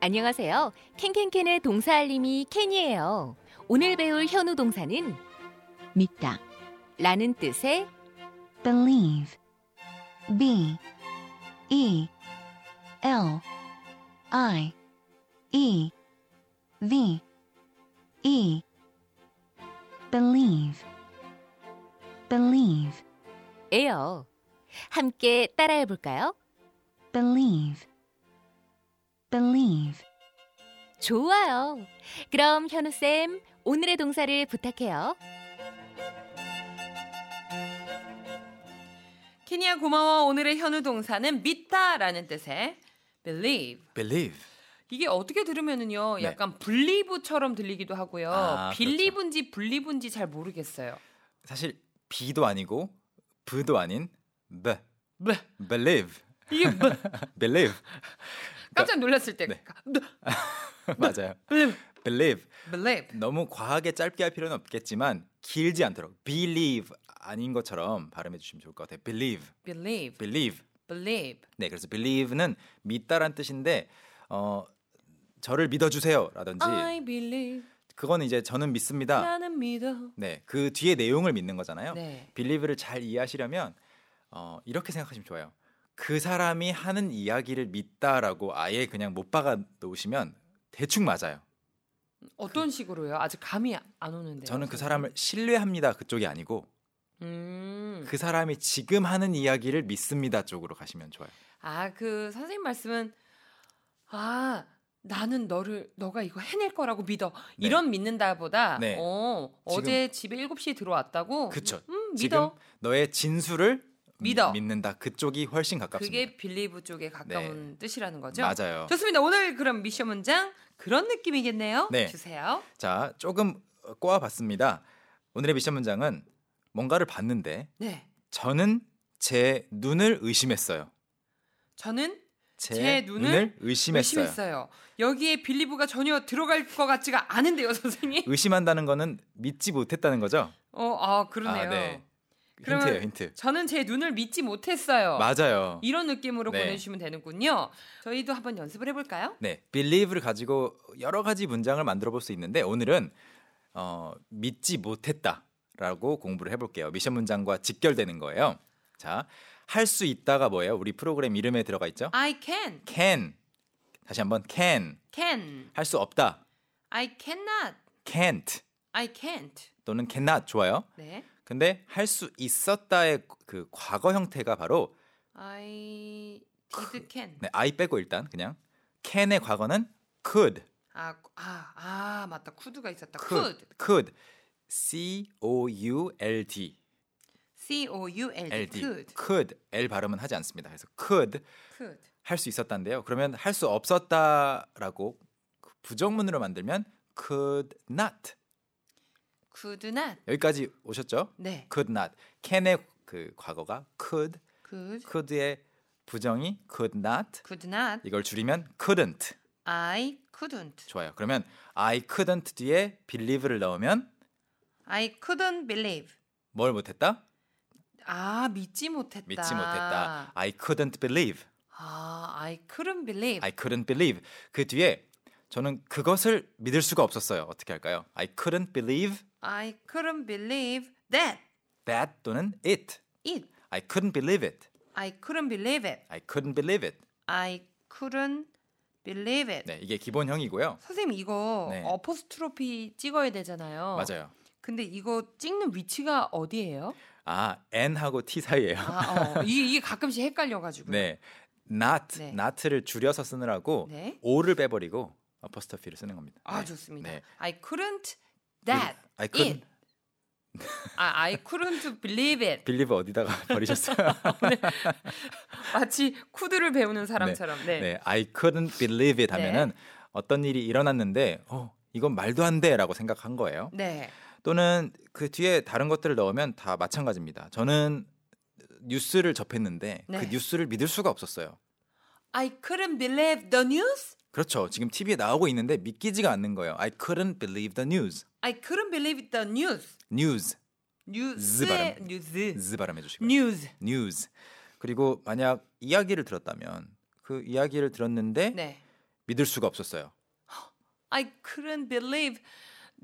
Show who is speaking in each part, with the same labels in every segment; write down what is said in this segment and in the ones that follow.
Speaker 1: 안녕하세요. 캔캔캔의 동사 알림이 캔이에요. 오늘 배울 현우 동사는
Speaker 2: 믿다.
Speaker 1: 라는 뜻의
Speaker 2: believe. b e l i e v e believe. believe.
Speaker 1: 에요. 함께 따라해 볼까요?
Speaker 2: believe. believe.
Speaker 1: 좋아요. 그럼 현우쌤, 오늘의 동사를 부탁해요.
Speaker 3: 케니야 고마워. 오늘의 현우 동사는 믿다라는 뜻의 believe.
Speaker 4: believe.
Speaker 3: 이게 어떻게 들으면은요,
Speaker 4: 네.
Speaker 3: 약간 불리브처럼 들리기도 하고요.
Speaker 4: 아, 그렇죠.
Speaker 3: 빌리브인지 불리브인지 잘 모르겠어요.
Speaker 4: 사실 B도 아니고 V도 아닌 B.
Speaker 3: 네.
Speaker 4: believe.
Speaker 3: 이게 뭐,
Speaker 4: believe.
Speaker 3: 깜짝 놀랐을 때
Speaker 4: 네.
Speaker 3: 네.
Speaker 4: 맞아요.
Speaker 3: believe,
Speaker 4: believe.
Speaker 3: believe.
Speaker 4: 너무 과하게 짧게 할 필요는 없겠지만 길지 않도록 believe 아닌 것처럼 발음해 주시면 좋을 것 같아요. believe.
Speaker 3: believe,
Speaker 4: believe.
Speaker 3: believe.
Speaker 4: 네, 그래서 believe는 믿다란 뜻인데 어 저를 믿어 주세요라든지
Speaker 3: I believe.
Speaker 4: 그건 이제 저는 믿습니다.
Speaker 3: 나는 믿어.
Speaker 4: 네, 그 뒤에 내용을 믿는 거잖아요.
Speaker 3: 네.
Speaker 4: 빌리브를 잘 이해하시려면 어, 이렇게 생각하시면 좋아요. 그 사람이 하는 이야기를 믿다라고 아예 그냥 못 박아 놓으시면 대충 맞아요.
Speaker 3: 어떤 식으로요? 아직 감이 안 오는데.
Speaker 4: 저는 그 사람을 신뢰합니다 그쪽이 아니고
Speaker 3: 음.
Speaker 4: 그 사람이 지금 하는 이야기를 믿습니다 쪽으로 가시면 좋아요.
Speaker 3: 아, 그 선생님 말씀은 아, 나는 너를 너가 이거 해낼 거라고 믿어.
Speaker 4: 네.
Speaker 3: 이런 믿는다보다
Speaker 4: 네.
Speaker 3: 어, 어제 집에 7시에 들어왔다고
Speaker 4: 그쵸.
Speaker 3: 음,
Speaker 4: 지금
Speaker 3: 믿어.
Speaker 4: 너의 진술을 미-
Speaker 3: 믿어.
Speaker 4: 믿는다 그쪽이 훨씬 가깝습니다. 네.
Speaker 3: 그게 빌리브 쪽에 가까운 뜻이라는 거죠.
Speaker 4: 맞아요.
Speaker 3: 좋습니다. 오늘 그럼 미션 문장 그런 느낌이겠네요.
Speaker 4: 네.
Speaker 3: 주세요.
Speaker 4: 자 조금 어, 꼬아봤습니다. 오늘의 미션 문장은 뭔가를 봤는데
Speaker 3: 네.
Speaker 4: 저는 제 눈을 의심했어요.
Speaker 3: 저는
Speaker 4: 제,
Speaker 3: 제 눈을
Speaker 4: 눈을, 의심했어요.
Speaker 3: 의심했어요. 여기에 빌리브가 전혀 들어갈 것 같지가 않은데요, 선생님.
Speaker 4: 의심한다는 거는 믿지 못했다는 거죠?
Speaker 3: 어, 아, 그러네요.
Speaker 4: 아, 네.
Speaker 3: 그러면-
Speaker 4: 힌트예요, 힌트.
Speaker 3: 저는 제 눈을 믿지 못했어요.
Speaker 4: 맞아요.
Speaker 3: 이런 느낌으로
Speaker 4: 네.
Speaker 3: 보내주시면 되는군요. 저희도 한번 연습을 해볼까요?
Speaker 4: 네, believe를 가지고 여러 가지 문장을 만들어 볼 수 있는데 오늘은 어, 믿지 못했다라고 공부를 해볼게요. 미션 문장과 직결되는 거예요. 자, 할 수 있다가 뭐예요? 우리 프로그램 이름에 들어가 있죠?
Speaker 3: I can,
Speaker 4: can 다시 한번 can
Speaker 3: can,
Speaker 4: 할 수 없다
Speaker 3: I cannot,
Speaker 4: can't
Speaker 3: I can't.
Speaker 4: 또는 cannot 좋아요.
Speaker 3: 네,
Speaker 4: 근데 할 수 있었다의 그 과거 형태가 바로
Speaker 3: I did can.
Speaker 4: 네, I 빼고 일단 그냥 can의 과거는 could,
Speaker 3: 아, 아, 아, 맞다. could가 있었다.
Speaker 4: could,
Speaker 3: could,
Speaker 4: could, c o u l d,
Speaker 3: C O U L D,
Speaker 4: l d,
Speaker 3: could,
Speaker 4: could, l 발음은 하지 않습니다. 그래서 could
Speaker 3: could.
Speaker 4: 할 수 있었다인데요. 그러면 할 수 없었다라고 그 부정문으로 만들면 could not
Speaker 3: could not.
Speaker 4: 여기까지 오셨죠?
Speaker 3: 네,
Speaker 4: could not, can의 그 과거가 could,
Speaker 3: could,
Speaker 4: could의 부정이 could not
Speaker 3: could not.
Speaker 4: 이걸 줄이면 couldn't
Speaker 3: I couldn't.
Speaker 4: 좋아요. 그러면 I couldn't 뒤에 believe를 넣으면
Speaker 3: I couldn't believe.
Speaker 4: 뭘 못했다?
Speaker 3: 아, 믿지 못했다.
Speaker 4: 믿지 못했다. I couldn't believe.
Speaker 3: 아, I couldn't believe.
Speaker 4: I couldn't believe. 그 뒤에 저는 그것을 믿을 수가 없었어요. 어떻게 할까요? I couldn't believe
Speaker 3: I couldn't believe that
Speaker 4: that 또는 it.
Speaker 3: it.
Speaker 4: I couldn't believe it.
Speaker 3: I couldn't believe it.
Speaker 4: I couldn't believe it.
Speaker 3: I couldn't believe it.
Speaker 4: 네, 이게 기본형이고요.
Speaker 3: 선생님 이거
Speaker 4: 네.
Speaker 3: 어퍼스트로피 찍어야 되잖아요.
Speaker 4: 맞아요.
Speaker 3: 근데 이거 찍는 위치가 어디예요?
Speaker 4: 아, n하고 t 사이예요.
Speaker 3: 아, 어. 이게, 이게 가끔씩 헷갈려가지고.
Speaker 4: 네. not,
Speaker 3: 네.
Speaker 4: not를 줄여서 쓰느라고
Speaker 3: 네.
Speaker 4: o를 빼버리고 어퍼스터피를 쓰는 겁니다.
Speaker 3: 아
Speaker 4: 네.
Speaker 3: 좋습니다.
Speaker 4: 네.
Speaker 3: I couldn't that
Speaker 4: I couldn't
Speaker 3: it. 아, I couldn't believe it.
Speaker 4: believe 어디다가 버리셨어요?
Speaker 3: 마치 쿠드를 배우는 사람처럼. 네.
Speaker 4: 네, I couldn't believe it 하면은 어떤 일이 일어났는데 어, 이건 말도 안 돼라고 생각한 거예요.
Speaker 3: 네.
Speaker 4: 또는 그 뒤에 다른 것들을 넣으면 다 마찬가지입니다. 저는 뉴스를 접했는데
Speaker 3: 네.
Speaker 4: 그 뉴스를 믿을 수가 없었어요.
Speaker 3: I couldn't believe the news.
Speaker 4: 그렇죠. 지금 TV에 나오고 있는데 믿기지가 않는 거예요. I couldn't believe the news.
Speaker 3: I couldn't believe the news.
Speaker 4: 네. news.
Speaker 3: 뉴스
Speaker 4: 발음.
Speaker 3: 뉴스
Speaker 4: z 발음해 주시고요.
Speaker 3: 뉴스.
Speaker 4: news. 그리고 만약 이야기를 들었다면 그 이야기를 들었는데
Speaker 3: 네.
Speaker 4: 믿을 수가 없었어요.
Speaker 3: I couldn't believe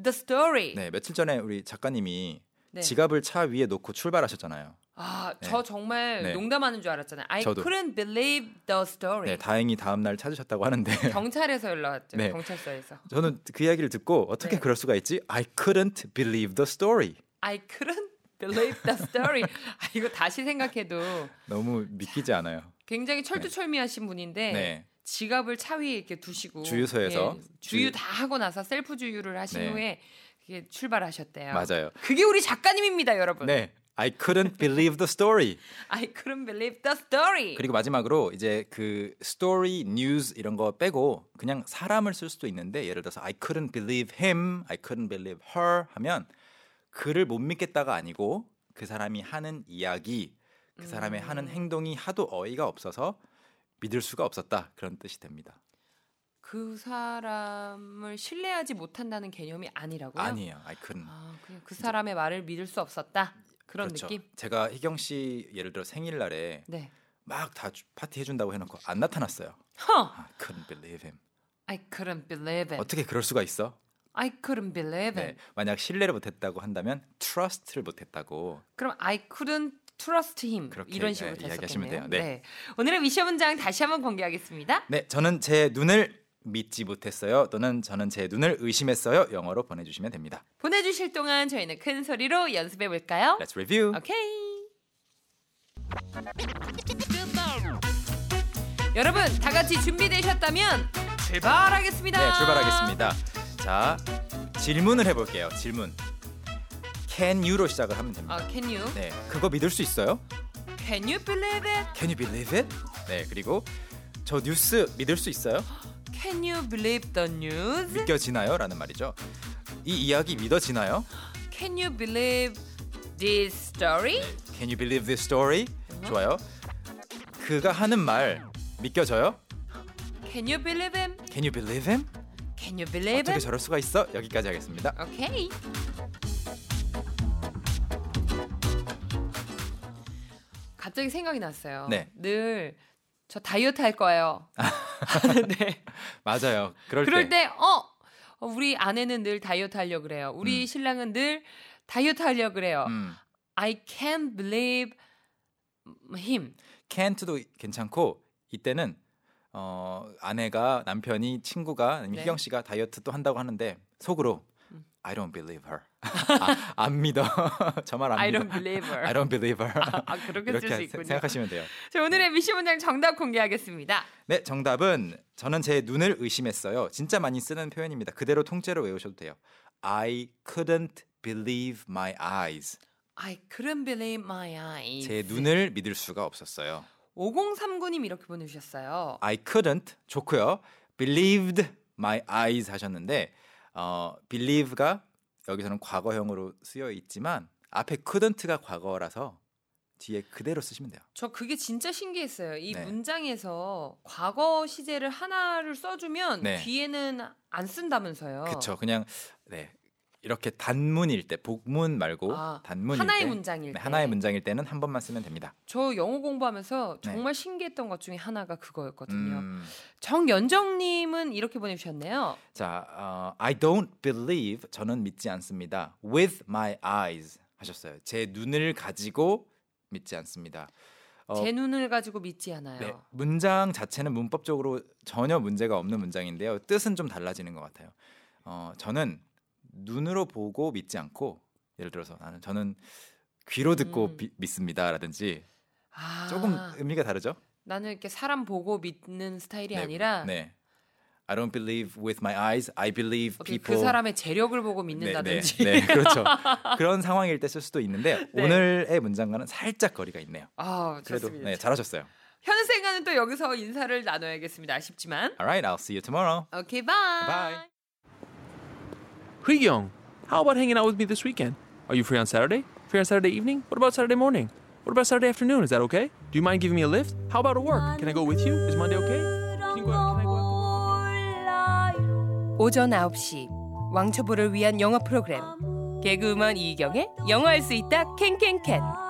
Speaker 3: the story.
Speaker 4: 네, 며칠 전에 우리 작가님이
Speaker 3: 네.
Speaker 4: 지갑을 차 위에 놓고 출발하셨잖아요.
Speaker 3: 아,
Speaker 4: 네.
Speaker 3: 저 정말
Speaker 4: 네.
Speaker 3: 농담하는 줄 알았잖아요. I
Speaker 4: 저도.
Speaker 3: couldn't believe the story.
Speaker 4: 네, 다행히 다음 날 찾으셨다고 하는데
Speaker 3: 경찰에서 연락 왔죠.
Speaker 4: 네.
Speaker 3: 경찰서에서.
Speaker 4: 저는 그 이야기를 듣고 어떻게
Speaker 3: 네.
Speaker 4: 그럴 수가 있지? I couldn't believe the story.
Speaker 3: I couldn't believe the story. 아, 이거 다시 생각해도
Speaker 4: 너무 믿기지 않아요.
Speaker 3: 굉장히 철두철미하신 분인데
Speaker 4: 네.
Speaker 3: 지갑을 차 위에 이렇게 두시고
Speaker 4: 주유소에서
Speaker 3: 예, 주유
Speaker 4: 주유-
Speaker 3: 다 하고 나서 셀프 주유를 하신
Speaker 4: 네.
Speaker 3: 후에 이게 출발하셨대요.
Speaker 4: 맞아요.
Speaker 3: 그게 우리 작가님입니다, 여러분.
Speaker 4: 네. I couldn't believe the story.
Speaker 3: I couldn't believe the story.
Speaker 4: 그리고 마지막으로 이제 그 story, news 이런 거 빼고 그냥 사람을 쓸 수도 있는데 예를 들어서 I couldn't believe him, I couldn't believe her 하면 그를 못 믿겠다가 아니고 그 사람이 하는 이야기, 그 사람의
Speaker 3: 음.
Speaker 4: 하는 행동이 하도 어이가 없어서 믿을 수가 없었다 그런 뜻이 됩니다.
Speaker 3: 그 사람을 신뢰하지 못한다는 개념이 아니라고요?
Speaker 4: 아니에요, I couldn't.
Speaker 3: 아, 그냥 그 사람의 말을 믿을 수 없었다. 그런
Speaker 4: 그렇죠.
Speaker 3: 느낌.
Speaker 4: 제가 희경 씨 예를 들어 생일날에
Speaker 3: 네.
Speaker 4: 막 다 파티 해준다고 해놓고 안 나타났어요.
Speaker 3: 허.
Speaker 4: 아, couldn't believe him.
Speaker 3: I couldn't believe it.
Speaker 4: 어떻게 그럴 수가 있어?
Speaker 3: I couldn't believe
Speaker 4: 네,
Speaker 3: it.
Speaker 4: 만약 신뢰를 못했다고 한다면 trust를 못했다고
Speaker 3: 그럼 I couldn't trust him.
Speaker 4: 그렇게,
Speaker 3: 이런 식으로
Speaker 4: 예,
Speaker 3: 됐었겠네요.
Speaker 4: 이야기하시면 돼요. 네.
Speaker 3: 오늘의 미션 문장 다시 한번 공개하겠습니다.
Speaker 4: 네, 저는 제 눈을 믿지 못했어요. 또는 저는 제 눈을 의심했어요. 영어로 보내주시면 됩니다.
Speaker 3: 보내주실 동안 저희는 큰 소리로 연습해 볼까요?
Speaker 4: Let's review.
Speaker 3: 아, 오케이. 여러분 다 같이 준비되셨다면 출발하겠습니다.
Speaker 4: 네, 출발하겠습니다. 자, 질문을 해볼게요. 질문. Can you로 시작을 하면 됩니다.
Speaker 3: 아, can you?
Speaker 4: 네, 그거 믿을 수 있어요?
Speaker 3: Can you believe it?
Speaker 4: Can you believe it? 네, 그리고 저 뉴스 믿을 수 있어요?
Speaker 3: Can you believe the news?
Speaker 4: 믿겨지나요? 라는 말이죠. 이 이야기 믿어지나요?
Speaker 3: Can you believe this story?
Speaker 4: Can you believe this story?
Speaker 3: 네.
Speaker 4: 좋아요. 그가 하는 말 믿겨져요? 네.
Speaker 3: Can you believe him?
Speaker 4: Can you believe him?
Speaker 3: Can you believe
Speaker 4: 어떻게
Speaker 3: him?
Speaker 4: 저럴 수가 있어? 여기까지 하겠습니다.
Speaker 3: 오케이. 갑자기 생각이 났어요.
Speaker 4: 네.
Speaker 3: 늘 저 다이어트 할 거예요. 하는데
Speaker 4: 맞아요. 그럴,
Speaker 3: 네. 그럴
Speaker 4: 때.
Speaker 3: 때 어, 어, 우리 아내는 늘 다이어트 하려 그래요. 우리
Speaker 4: 음.
Speaker 3: 신랑은 늘 다이어트 하려 그래요.
Speaker 4: 음,
Speaker 3: I can't believe him.
Speaker 4: can't도 괜찮고 이때는 어, 아내가 남편이 친구가 아니면
Speaker 3: 네. 음.
Speaker 4: 희경 씨가 다이어트 또 한다고 하는데 속으로 I don't believe her. 아, 안 믿어. 저 말 안
Speaker 3: I
Speaker 4: 믿어.
Speaker 3: don't believe her.
Speaker 4: I don't believe her.
Speaker 3: 아, 그렇게 쓸
Speaker 4: 이렇게
Speaker 3: 수
Speaker 4: 세-
Speaker 3: 있군요.
Speaker 4: 생각하시면 돼요.
Speaker 3: 자, 오늘의 미션 문장 정답 공개하겠습니다.
Speaker 4: 네, 정답은 저는 제 눈을 의심했어요. 진짜 많이 쓰는 표현입니다. 그대로 통째로 외우셔도 돼요. I couldn't believe my eyes.
Speaker 3: I couldn't believe my eyes.
Speaker 4: 제 눈을 믿을 수가 없었어요.
Speaker 3: 5039님 이렇게 보내주셨어요.
Speaker 4: I couldn't 좋고요. believed my eyes 하셨는데 어, believe가 여기서는 과거형으로 쓰여 있지만 앞에 couldn't가 과거라서 뒤에 그대로 쓰시면 돼요.
Speaker 3: 저 그게 진짜 신기했어요. 이
Speaker 4: 네.
Speaker 3: 문장에서 과거 시제를 하나를 써주면
Speaker 4: 네.
Speaker 3: 뒤에는 안 쓴다면서요.
Speaker 4: 그쵸 그냥 네. 이렇게 단문일 때 복문 말고
Speaker 3: 아,
Speaker 4: 단문일
Speaker 3: 하나의
Speaker 4: 때
Speaker 3: 문장일
Speaker 4: 네,
Speaker 3: 때.
Speaker 4: 하나의 문장일 때는 한 번만 쓰면 됩니다.
Speaker 3: 저 영어 공부하면서
Speaker 4: 네.
Speaker 3: 정말 신기했던 것 중에 하나가 그거였거든요.
Speaker 4: 음,
Speaker 3: 정연정님은 이렇게 보내주셨네요.
Speaker 4: 자, 어, I don't believe 저는 믿지 않습니다. With my eyes 하셨어요. 제 눈을 가지고 믿지 않습니다. 어,
Speaker 3: 제 눈을 가지고 믿지 않아요.
Speaker 4: 네, 문장 자체는 문법적으로 전혀 문제가 없는 문장인데요. 뜻은 좀 달라지는 것 같아요. 어, 저는 눈으로 보고 믿지 않고 예를 들어서 나는 저는 귀로 듣고
Speaker 3: 음.
Speaker 4: 비- 믿습니다라든지
Speaker 3: 아,
Speaker 4: 조금 의미가 다르죠?
Speaker 3: 나는 이렇게 사람 보고 믿는 스타일이
Speaker 4: 네,
Speaker 3: 아니라
Speaker 4: 네. I don't believe with my eyes. I believe
Speaker 3: 어떻게
Speaker 4: people.
Speaker 3: 그 사람의 재력을 보고
Speaker 4: 네,
Speaker 3: 믿는다든지
Speaker 4: 네, 네, 그렇죠. 그런 상황일 때 쓸 수도 있는데
Speaker 3: 네.
Speaker 4: 오늘의 문장과는 살짝 거리가 있네요.
Speaker 3: 아,
Speaker 4: 그래도
Speaker 3: 좋습니다.
Speaker 4: 네, 잘하셨어요.
Speaker 3: 현생과는 또 여기서 인사를 나눠야겠습니다. 아쉽지만.
Speaker 4: Alright, I'll see you tomorrow.
Speaker 3: 오케이, 바이.
Speaker 4: Bye.
Speaker 5: Young, how about hanging out with me this weekend? Are you free on Saturday? Free on Saturday evening? What about Saturday morning? What about Saturday afternoon? Is that okay? Do you mind giving me a lift? How about at work? Can I go with you? Is Monday okay? Can you go, can I go after-
Speaker 3: 오전 9시 왕초보를 위한 영어 프로그램 개그우먼 이경의 영어할 수 있다 캔캔캔